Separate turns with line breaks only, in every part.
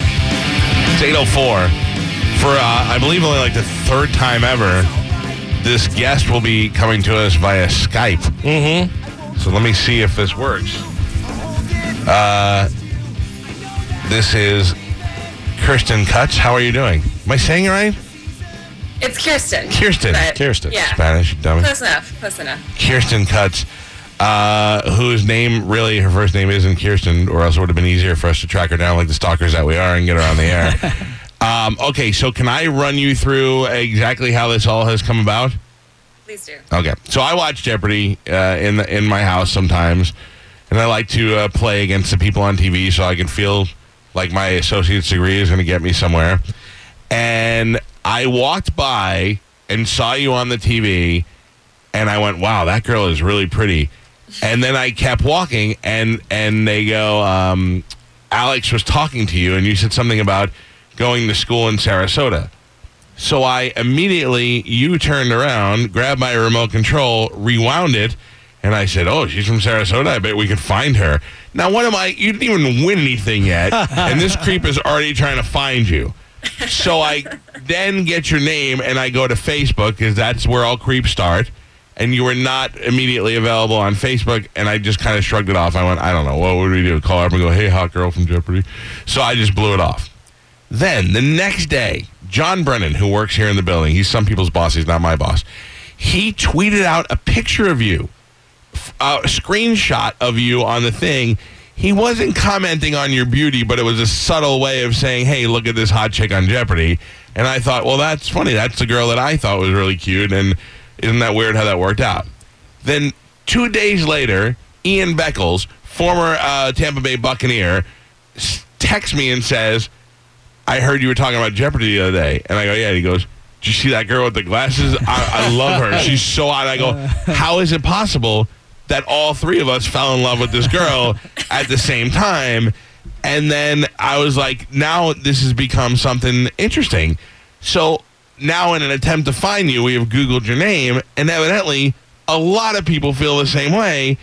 It's 804. For, uh, I believe, only like the third time ever, this guest will be coming to us via Skype. Mm-hmm. So let me see if this works. Uh, this is Kirsten Cuts. How are you doing? Am I saying it right?
It's Kirsten.
Kirsten.
But,
Kirsten.
Yeah.
Spanish, dummy.
Close enough. Close enough.
Kirsten Cuts, uh, whose name really, her first name isn't Kirsten, or else it would have been easier for us to track her down like the stalkers that we are and get her on the air. um, okay, so can I run you through exactly how this all has come about?
Please do.
Okay, so I watch Jeopardy uh, in the, in my house sometimes, and I like to uh, play against the people on TV so I can feel like my associate's degree is going to get me somewhere. And I walked by and saw you on the TV, and I went, "Wow, that girl is really pretty." And then I kept walking, and and they go, um, "Alex was talking to you, and you said something about going to school in Sarasota." So I immediately you turned around, grabbed my remote control, rewound it, and I said, "Oh, she's from Sarasota. I bet we could find her." Now, what am I? You didn't even win anything yet, and this creep is already trying to find you. So I then get your name and I go to Facebook because that's where all creeps start. And you were not immediately available on Facebook, and I just kind of shrugged it off. I went, I don't know, what would we do? Call her up and go, "Hey, hot girl from Jeopardy." So I just blew it off. Then the next day, John Brennan, who works here in the building, he's some people's boss, he's not my boss, he tweeted out a picture of you, f- a screenshot of you on the thing. He wasn't commenting on your beauty, but it was a subtle way of saying, hey, look at this hot chick on Jeopardy. And I thought, well, that's funny. That's the girl that I thought was really cute. And isn't that weird how that worked out? Then two days later, Ian Beckles, former uh, Tampa Bay Buccaneer, s- texts me and says, I heard you were talking about Jeopardy the other day. And I go, yeah. And he goes, did you see that girl with the glasses? I, I love her. She's so hot. I go, how is it possible that all three of us fell in love with this girl at the same time? And then I was like, now this has become something interesting. So now, in an attempt to find you, we have Googled your name. And evidently, a lot of people feel the same way.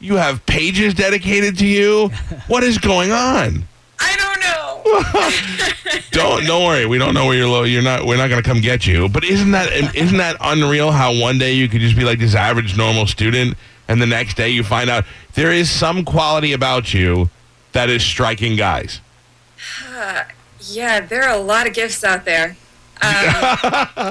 You have pages dedicated to you. What is going on?
I don't know.
Don't don't worry. We don't know where you're low. You're not. We're not going to come get you. But isn't that isn't that unreal? How one day you could just be like this average normal student, and the next day you find out there is some quality about you that is striking guys.
yeah, there are a lot of gifts out there.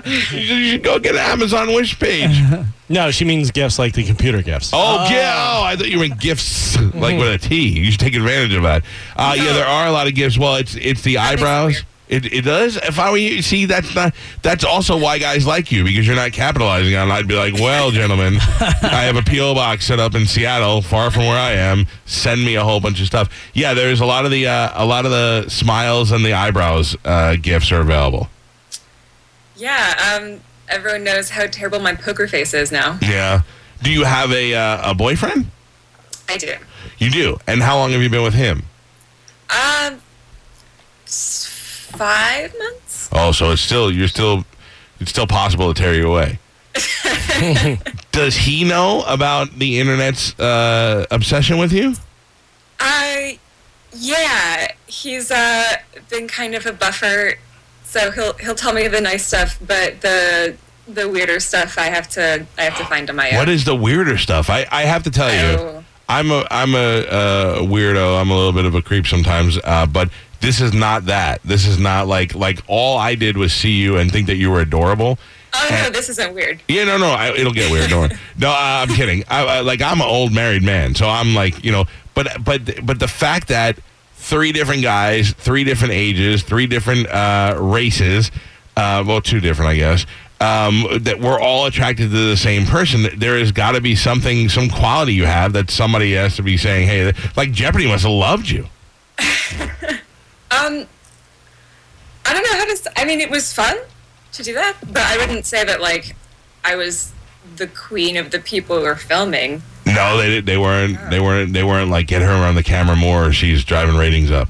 You should- you should go get an Amazon wish page.
No, she means gifts like the computer gifts.
Oh,
Ah.
yeah. Oh, I thought you meant gifts, like with a T. You should take advantage of that. Uh, Yeah, there are a lot of gifts. Well, it's it's the
makes it
eyebrows.
weird.
It, it does. If I were you, see, that's not. That's also why guys like you because you're not capitalizing on. it. I'd be like, well, gentlemen, I have a PO box set up in Seattle, far from where I am. Send me a whole bunch of stuff. Yeah, there's a lot of the uh, a lot of the smiles and the eyebrows uh, gifts are available.
Yeah, um, everyone knows how terrible my poker face is now.
Yeah. Do you have a uh, a boyfriend?
I do.
You do. And how long have you been with him?
Um, s- five months?
Oh, so it's still you're still it's still possible to tear you away. Does he know about the internet's uh, obsession with you?
I, yeah, he's uh, been kind of a buffer, so he'll he'll tell me the nice stuff, but the the weirder stuff I have to I have to find on my own.
What is the weirder stuff? I, I have to tell you,
Oh.
I'm a I'm a, uh weirdo. I'm a little bit of a creep sometimes, uh, but this is not that. This is not like like all I did was see you and think that you were adorable.
oh
and-
no, this isn't weird.
Yeah, no, no, I, it'll get weird. Don't worry. No, I, I'm kidding. I, I, like I'm an old married man, so I'm like you know, but but but the fact that three different guys, three different ages, three different uh, races, uh, well, two different, I guess. Um, that we're all attracted to the same person. There has got to be something, some quality you have that somebody has to be saying, "Hey, like Jeopardy must have loved you."
how does I mean it was fun to do that, but I wouldn't say that like I was the queen of the people who are filming.
No, they did, they weren't. They weren't. They weren't like get her around the camera more. She's driving ratings up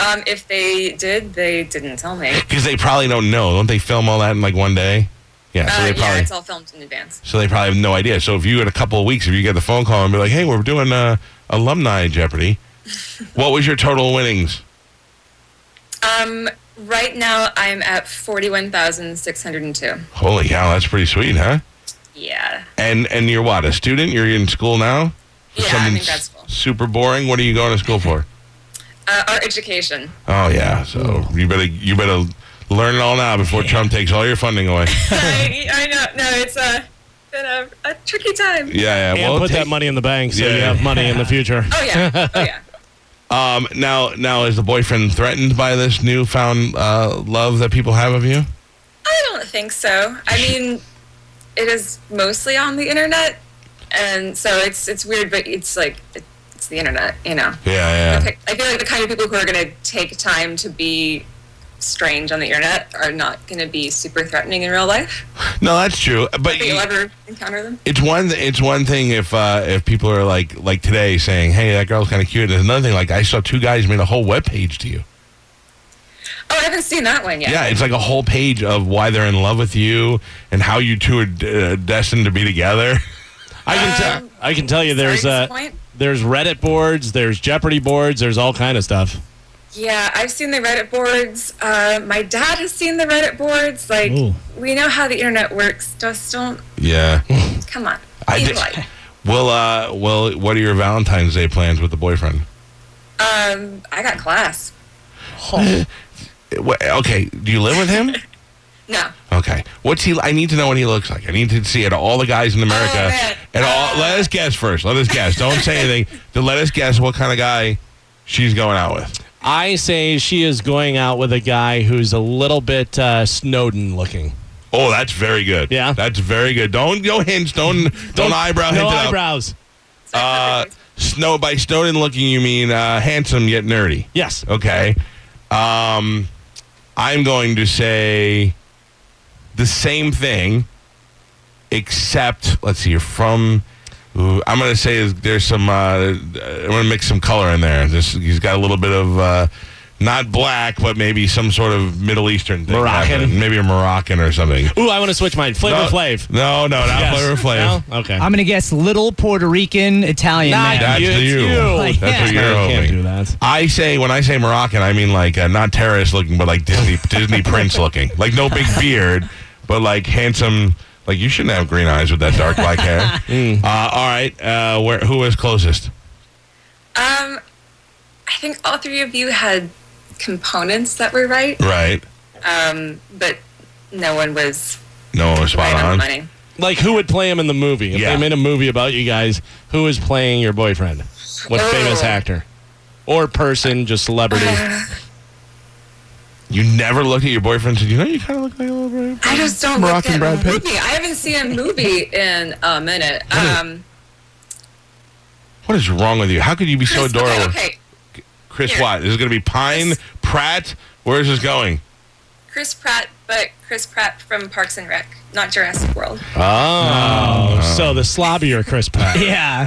Um, if they did, they didn't tell me.
because they probably don't know. Don't they film all that in like one day? Yeah. So
uh,
they
yeah,
probably.
it's all filmed in advance.
so they probably have no idea. So if you in a couple of weeks, if you get the phone call and be like, "Hey, we're doing uh, alumni Jeopardy," what was your total winnings?
Um, right now I'm at forty-one thousand six hundred and two.
Holy cow, that's pretty sweet, huh?
Yeah.
And and you're what a student? You're in school now?
Yeah, I'm in
Something
grad
s-
school.
Super boring. What are you going to school for?
Uh, art education.
Oh yeah, so you better you better learn it all now before Trump takes all your funding away.
I, I know. No, it's uh, been a, a tricky time.
Yeah, yeah.
And put that
take-
money in the bank so
Yeah.
you have money in the future.
Oh yeah. Oh yeah.
um, now now is the boyfriend threatened by this newfound uh, love that people have of you?
I don't think so. I mean, it is mostly on the internet, and so it's it's weird, but it's like it, it's the internet, you know.
Yeah, yeah.
I feel like the kind of people who are going to take time to be strange on the internet are not going to be super threatening in real life.
No, that's true. But
But you'll
you-
ever encounter them.
it's one it's one thing if uh, if people are like like today saying, "Hey, that girl's kind of cute." And there's another thing like I saw two guys made a whole web page to you.
Oh, I haven't seen that one yet.
Yeah, it's like a whole page of why they're in love with you and how you two are d- uh, destined to be together.
I can tell. I can tell you there's
Um, sorry,
uh,
disappoint.
there's Reddit boards, there's Jeopardy boards, there's all kind of stuff.
Yeah, I've seen the Reddit boards. Uh, my dad has seen the Reddit boards. Like,
Ooh.
we know how the internet works. Just don't.
Yeah.
Come on.
I
Be
did-
polite.
Well, uh, well, what are your Valentine's Day plans with the boyfriend?
Um, I got class.
Wha- Okay, do you live with him?
No.
Okay, what's he? I need to know what he looks like. I need to see it. All the guys in
Oh,
America,
man.
and all. Let us guess first. Let us guess. Don't say anything. Then let us guess what kind of guy she's going out with.
I say she is going out with a guy who's a little bit uh, Snowden looking.
Oh, that's very good.
Yeah.
that's very good. Don't go hints. Don't don't, eyebrow hint
No
it up.
eyebrows.
Uh, snow by Snowden looking, you mean uh, handsome yet nerdy?
Yes.
Okay. Um, I'm going to say the same thing, except let's see. You're from. ooh, I'm going to say is- there's some. Uh, I'm going to mix some color in there. This, he's got a little bit of. Uh, not black, but maybe some sort of Middle Eastern thing.
Moroccan?
happening. Maybe a Moroccan or something.
Ooh, I want to switch mine. Flavor
no,
Flav.
No, no, not
Yes.
Flavor Flav.
No? Okay.
I'm gonna guess little Puerto Rican Italian
Nah,
man.
yeah.
That's
You-
you.
it's
That's
you.
what
Yeah.
you're
I can't
hoping.
do that.
I say when I say Moroccan, I mean like uh, not terrorist looking, but like Disney Disney prince looking, like no big beard, but like handsome. Like you shouldn't have green eyes with that dark black hair. uh, all right, uh, where who is closest?
Um, I think all three of you had components that were right,
Right,
um, but no one was
no one was
right
Oh,
on the
spot on.
money.
Like, who would play him in the movie? If
Yeah.
they made a movie about you guys, who is playing your boyfriend? What
Oh.
famous actor? Or person, just celebrity.
You never looked at your boyfriend and said, "You know, you kind of look like a little bit."
I just don't
Moroccan
look
Brad
at
Pitt.
movie. I haven't seen a movie in a minute. Um,
What is wrong with you? How could you be so
Chris- okay,
adorable,
okay,
Chris?
Here.
Watt? This is going to be Pine
Chris-
Pratt. Where is this going?
Chris Pratt, but Chris Pratt from Parks and Rec, not Jurassic World.
Oh, so the slobbier Chris Pratt.
Yeah.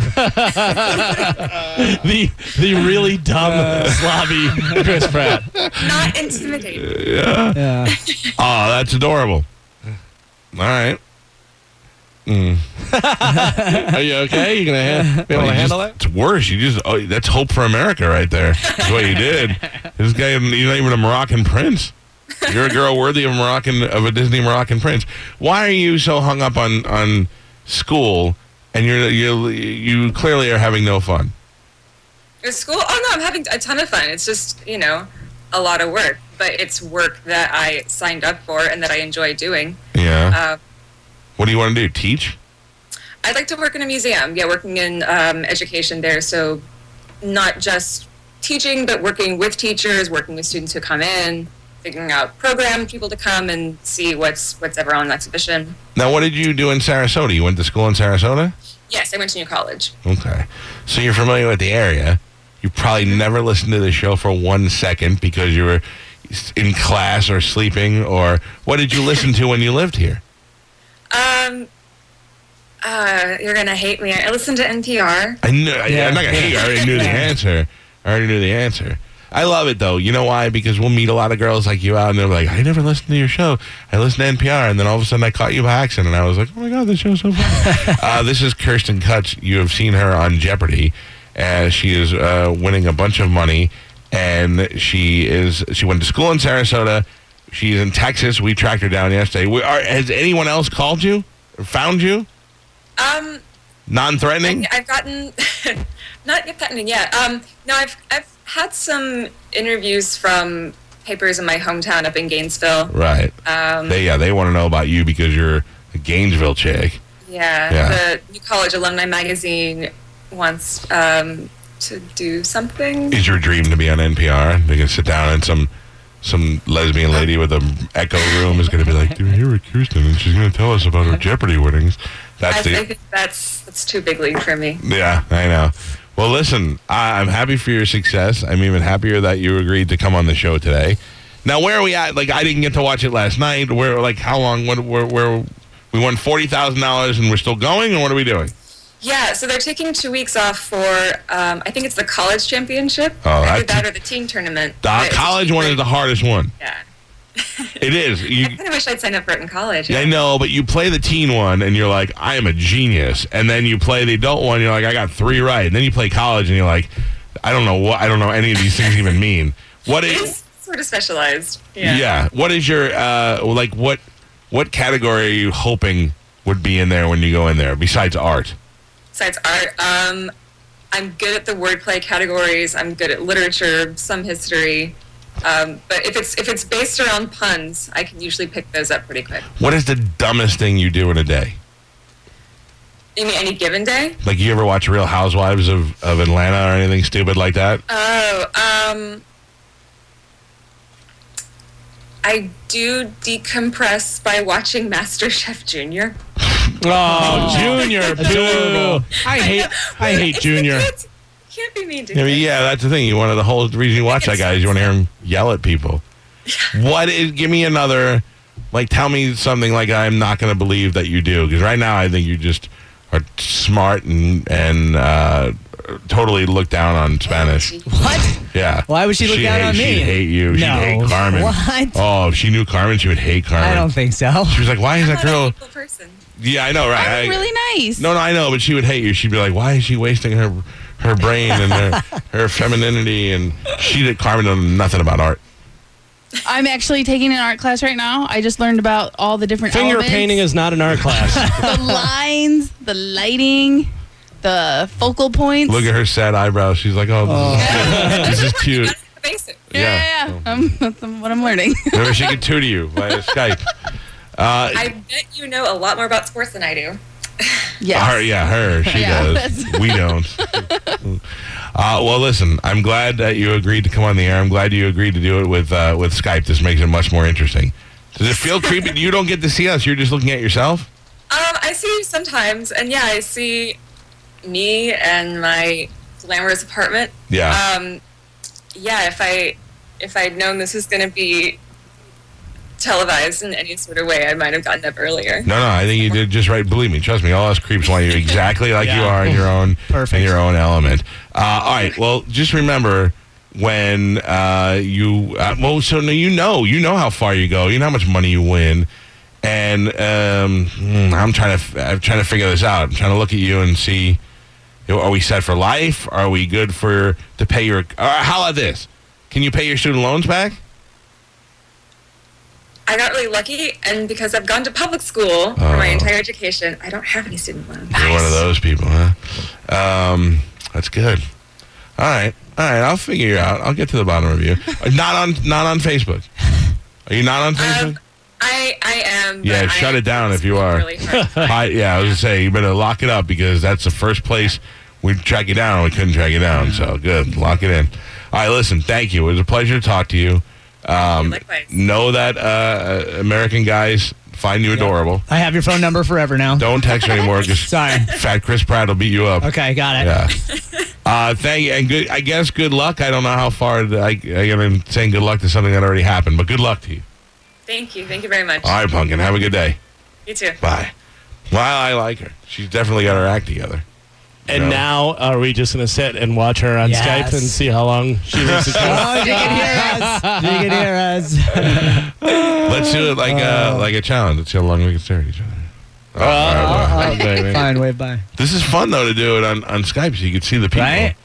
the the really dumb, slobby Chris Pratt.
Not
Uh,
intimidating.
Yeah.
Oh, that's adorable. All right.
Are you okay? You gonna ha- be able
Well,
to
you
handle
just-
that?
It's worse. You just oh, that's hope for America right there. That's what you did. This guy, he's not even a Moroccan prince. You're a girl worthy of Moroccan of a Disney Moroccan prince. Why are you so hung up on on school? And you're you you clearly are having no fun.
Is school? Oh no, I'm having a ton of fun. It's just you know a lot of work, but it's work that I signed up for and that I enjoy doing.
Yeah.
Uh,
what do you want to do? Teach?
I'd like to work in a museum. Yeah, working in um, education there. So, not just teaching, but working with teachers, working with students who come in, figuring out program people to come and see what's what's ever on exhibition.
Now, what did you do in Sarasota? You went to school in Sarasota.
Yes, I went to New College.
Okay. So you're familiar with the area. You probably never listened to the show for one second because you were in class or sleeping or what did you listen to when you lived here?
Um, uh, you're gonna hate me. I listened to NPR.
I knew. I,
Yeah.
I'm not gonna hate you. I already knew the answer. I already knew the answer. I love it though. You know why? Because we'll meet a lot of girls like you out, and they're like, "I never listened to your show. I listened to NPR, and then all of a sudden I caught you by accident, and I was like, oh my god, this show's so fun." uh, this is Kirsten Kutch. You have seen her on Jeopardy, and she is uh, winning a bunch of money. And she is. She went to school in Sarasota. She's in Texas. We tracked her down yesterday. We are, has anyone else called you? Or found you?
Um,
Non-threatening.
I've gotten not yet patenting yet. Um, no, I've I've had some interviews from papers in my hometown up in Gainesville.
Right. Um, they, yeah, they want to know about you because you're a Gainesville chick.
Yeah,
Yeah.
the New College Alumni Magazine wants um, to do something.
Is your dream to be on NPR? They can sit down and some some lesbian lady with an echo room is going to be like, "Dude, here with Kirsten, and she's going to tell us about her Jeopardy winnings." That's
I,
the
I think that's that's too big league for me.
Yeah, I know. Well, listen, I, I'm happy for your success. I'm even happier that you agreed to come on the show today. Now, where are we at? Like, I didn't get to watch it last night. Where, like, how long? What, where, where? We won forty thousand dollars, and we're still going. Or what are we doing?
Yeah, so they're taking two weeks off for um, I think it's the college championship.
Oh,
Either
that-
that or the team tournament.
The
But-
college one is the hardest one.
Yeah.
It is. You,
I kind of wish I'd signed up for it in college.
I know, but you play the teen one and you're like, I am a genius. And then you play the adult one, you're like, I got three right. And then you play college and you're like, I don't know what I don't know any of these things even mean. What
It
is
is sort of specialized.
yeah.
Yeah.
What is your uh like what what category are you hoping would be in there when you go in there, besides art?
Besides art, um, I'm good at the wordplay categories. I'm good at literature, some history. Um, but if it's if it's based around puns, I can usually pick those up pretty quick.
What is the dumbest thing you do in a day?
You mean any given day?
Like you ever watch Real Housewives of, of Atlanta or anything stupid like that?
Oh, um, I do decompress by watching MasterChef Junior.
Oh, Junior,
Adorable.
boo. I hate, I hate
It's the
Junior.
kids. Can't be mean to
Yeah, I
kids.
mean, yeah, that's the thing. You want the whole reason you watch that guy is you want to hear him yell at people. What is? Give me another. Like, tell me something like I'm not going to believe that you do because right now I think you just are smart and and uh, totally look down on Spanish.
What?
Yeah.
Why would she look down
hate,
on me?
She'd hate you. She'd
No.
hate Carmen.
What?
Oh, if she knew Carmen, she would hate Carmen.
I don't think so.
she was like, "Why is
I'm
that
not a
girl?"
people person.
Yeah, I know, right?
I'm
I-
really nice.
no, no, I know, but she would hate you. She'd be like, "Why is she wasting her her brain and her, her femininity?" And she did Carmen know nothing about art.
I'm actually taking an art class right now. I just learned about all the different
Finger
elements,
painting is not an art class.
the lines, the lighting, the focal points.
Look at her sad eyebrows. She's like, "Oh, this, Is, this is cute."
The basic.
yeah, yeah, yeah. Um, that's what I'm learning.
Maybe she could tutor you via Skype. Uh,
I bet you know a lot more about sports than I do.
yes.
Her, yeah, her. She
Yeah,
does. We don't. Uh, well, listen. I'm glad that you agreed to come on the air. I'm glad you agreed to do it with uh, with Skype. This makes it much more interesting. Does it feel creepy? You don't get to see us. You're just looking at yourself.
Um, I see you sometimes, and yeah, I see me and my glamorous apartment.
Oh,
Yeah.
Um, yeah, if I if I'd known this was going to be televised in any sort of way, I might have gotten up earlier.
No, no, I think you did just right. Believe me, trust me, all us creeps want you exactly like you
Yeah.
are in your own
Perfect.
in your own element. Uh, all right, well, just remember when uh, you uh, well, so now you know you know how far you go, you know how much money you win, and um, hmm, I'm trying to f- I'm trying to figure this out. I'm trying to look at you and see are we set for life? Are we good for to pay your? Uh, how about this? Can you pay your student loans back?
I got really lucky, and because I've gone to public school for my
Oh.
entire education, I don't have any student loans.
You're one of those people, huh? Um, that's good. All right, all right. I'll figure you out. I'll get to the bottom of you. Uh, Not on, not on Facebook. Are you not on Facebook?
Um, I I am. but
Yeah,
I
shut
am
it down if you are.
Really hard.
Hi, yeah, I was gonna say you better lock it up because that's the first place we track it down. We couldn't track it down, so good. Lock it in. All right, listen. Thank you. It was a pleasure to talk to you. Um,
Likewise.
know that uh, American guys find you adorable.
I have your phone number forever now.
Don't text her anymore because
Sorry.
Fat Chris Pratt will beat you up.
Okay, got it.
Yeah. Uh, thank and good. I guess good luck. I don't know how far. I, I, I'm saying good luck to something that already happened, but good luck to you.
Thank you. Thank you very much.
All right, pumpkin. Have a good day.
You too.
Bye. Well, I like her. She's definitely got her act together.
And
No.
now, are we just going to sit and watch her on
Yes.
Skype and see how long she needs to go?
Oh, you can hear us. You can hear us.
Let's do it like a like a challenge. Let's see how long we can stare at each other. Oh, all right, well, baby.
Fine, wave bye.
This is fun though to do it on, on Skype so you can see the people.
Right?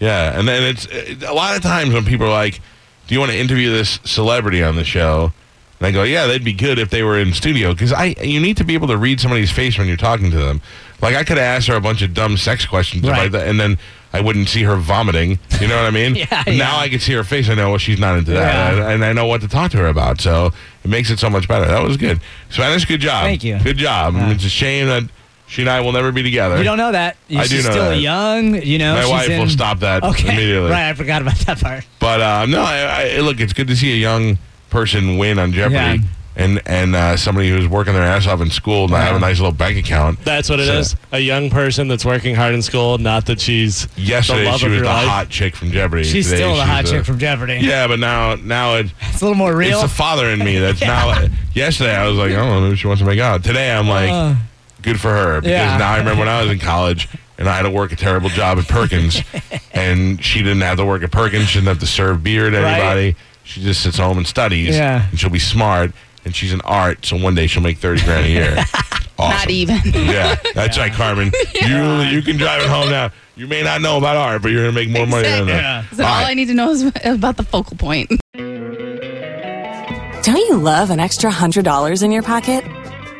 Yeah, and then it's it, a lot of times when people are like, "Do you want to interview this celebrity on the show?" And I go, "Yeah, they'd be good if they were in studio because I you need to be able to read somebody's face when you're talking to them. Like I could ask her a bunch of dumb sex questions, if I
Right.
th- and then I wouldn't see her vomiting. You know what I mean?
Yeah,
Now
yeah.
I can see her face. I know well, she's not into that,
Yeah.
and, and I know what to talk to her about. So it makes it so much better. That was good, Spanish. Good job.
Thank you.
Good job.
Yeah.
It's a shame that she and I will never be together.
You don't know that.
I do
she's
know
still
that.
young, you know.
My
she's
wife
in-
will stop that
Okay.
immediately.
Right, I forgot about that part.
But uh, no, I, I, look, it's good to see a young person win on Jeopardy,
Yeah.
and and uh, somebody who's working their ass off in school and have a nice little bank account.
That's what it is.
So-
A young person that's working hard in school. Not that she's the
Yesterday
love
she
of
was
your
the
life.
hot chick from Jeopardy.
She's
Today
still the
she's
hot chick from Jeopardy.
Yeah, but now now it,
It's a little more
it's
real.
the father in me that's now. Yesterday I was like, I don't know, maybe she wants to make out. Today I'm like,
Uh.
good for her because
Yeah.
now I remember when I was in college. And I had to work a terrible job at Perkins, and she didn't have to work at Perkins. She didn't have to serve beer to
Right.
anybody. She just sits home and studies.
Yeah.
and she'll be smart, and she's an art. So one day she'll make thirty grand a year. awesome.
Not even.
Yeah, that's right, Carmen. You you can drive it home now. You may not know about art, but you're gonna make more money than that.
So all,
All right.
I need to know is about the focal point.
Don't you love an extra $100 in your pocket?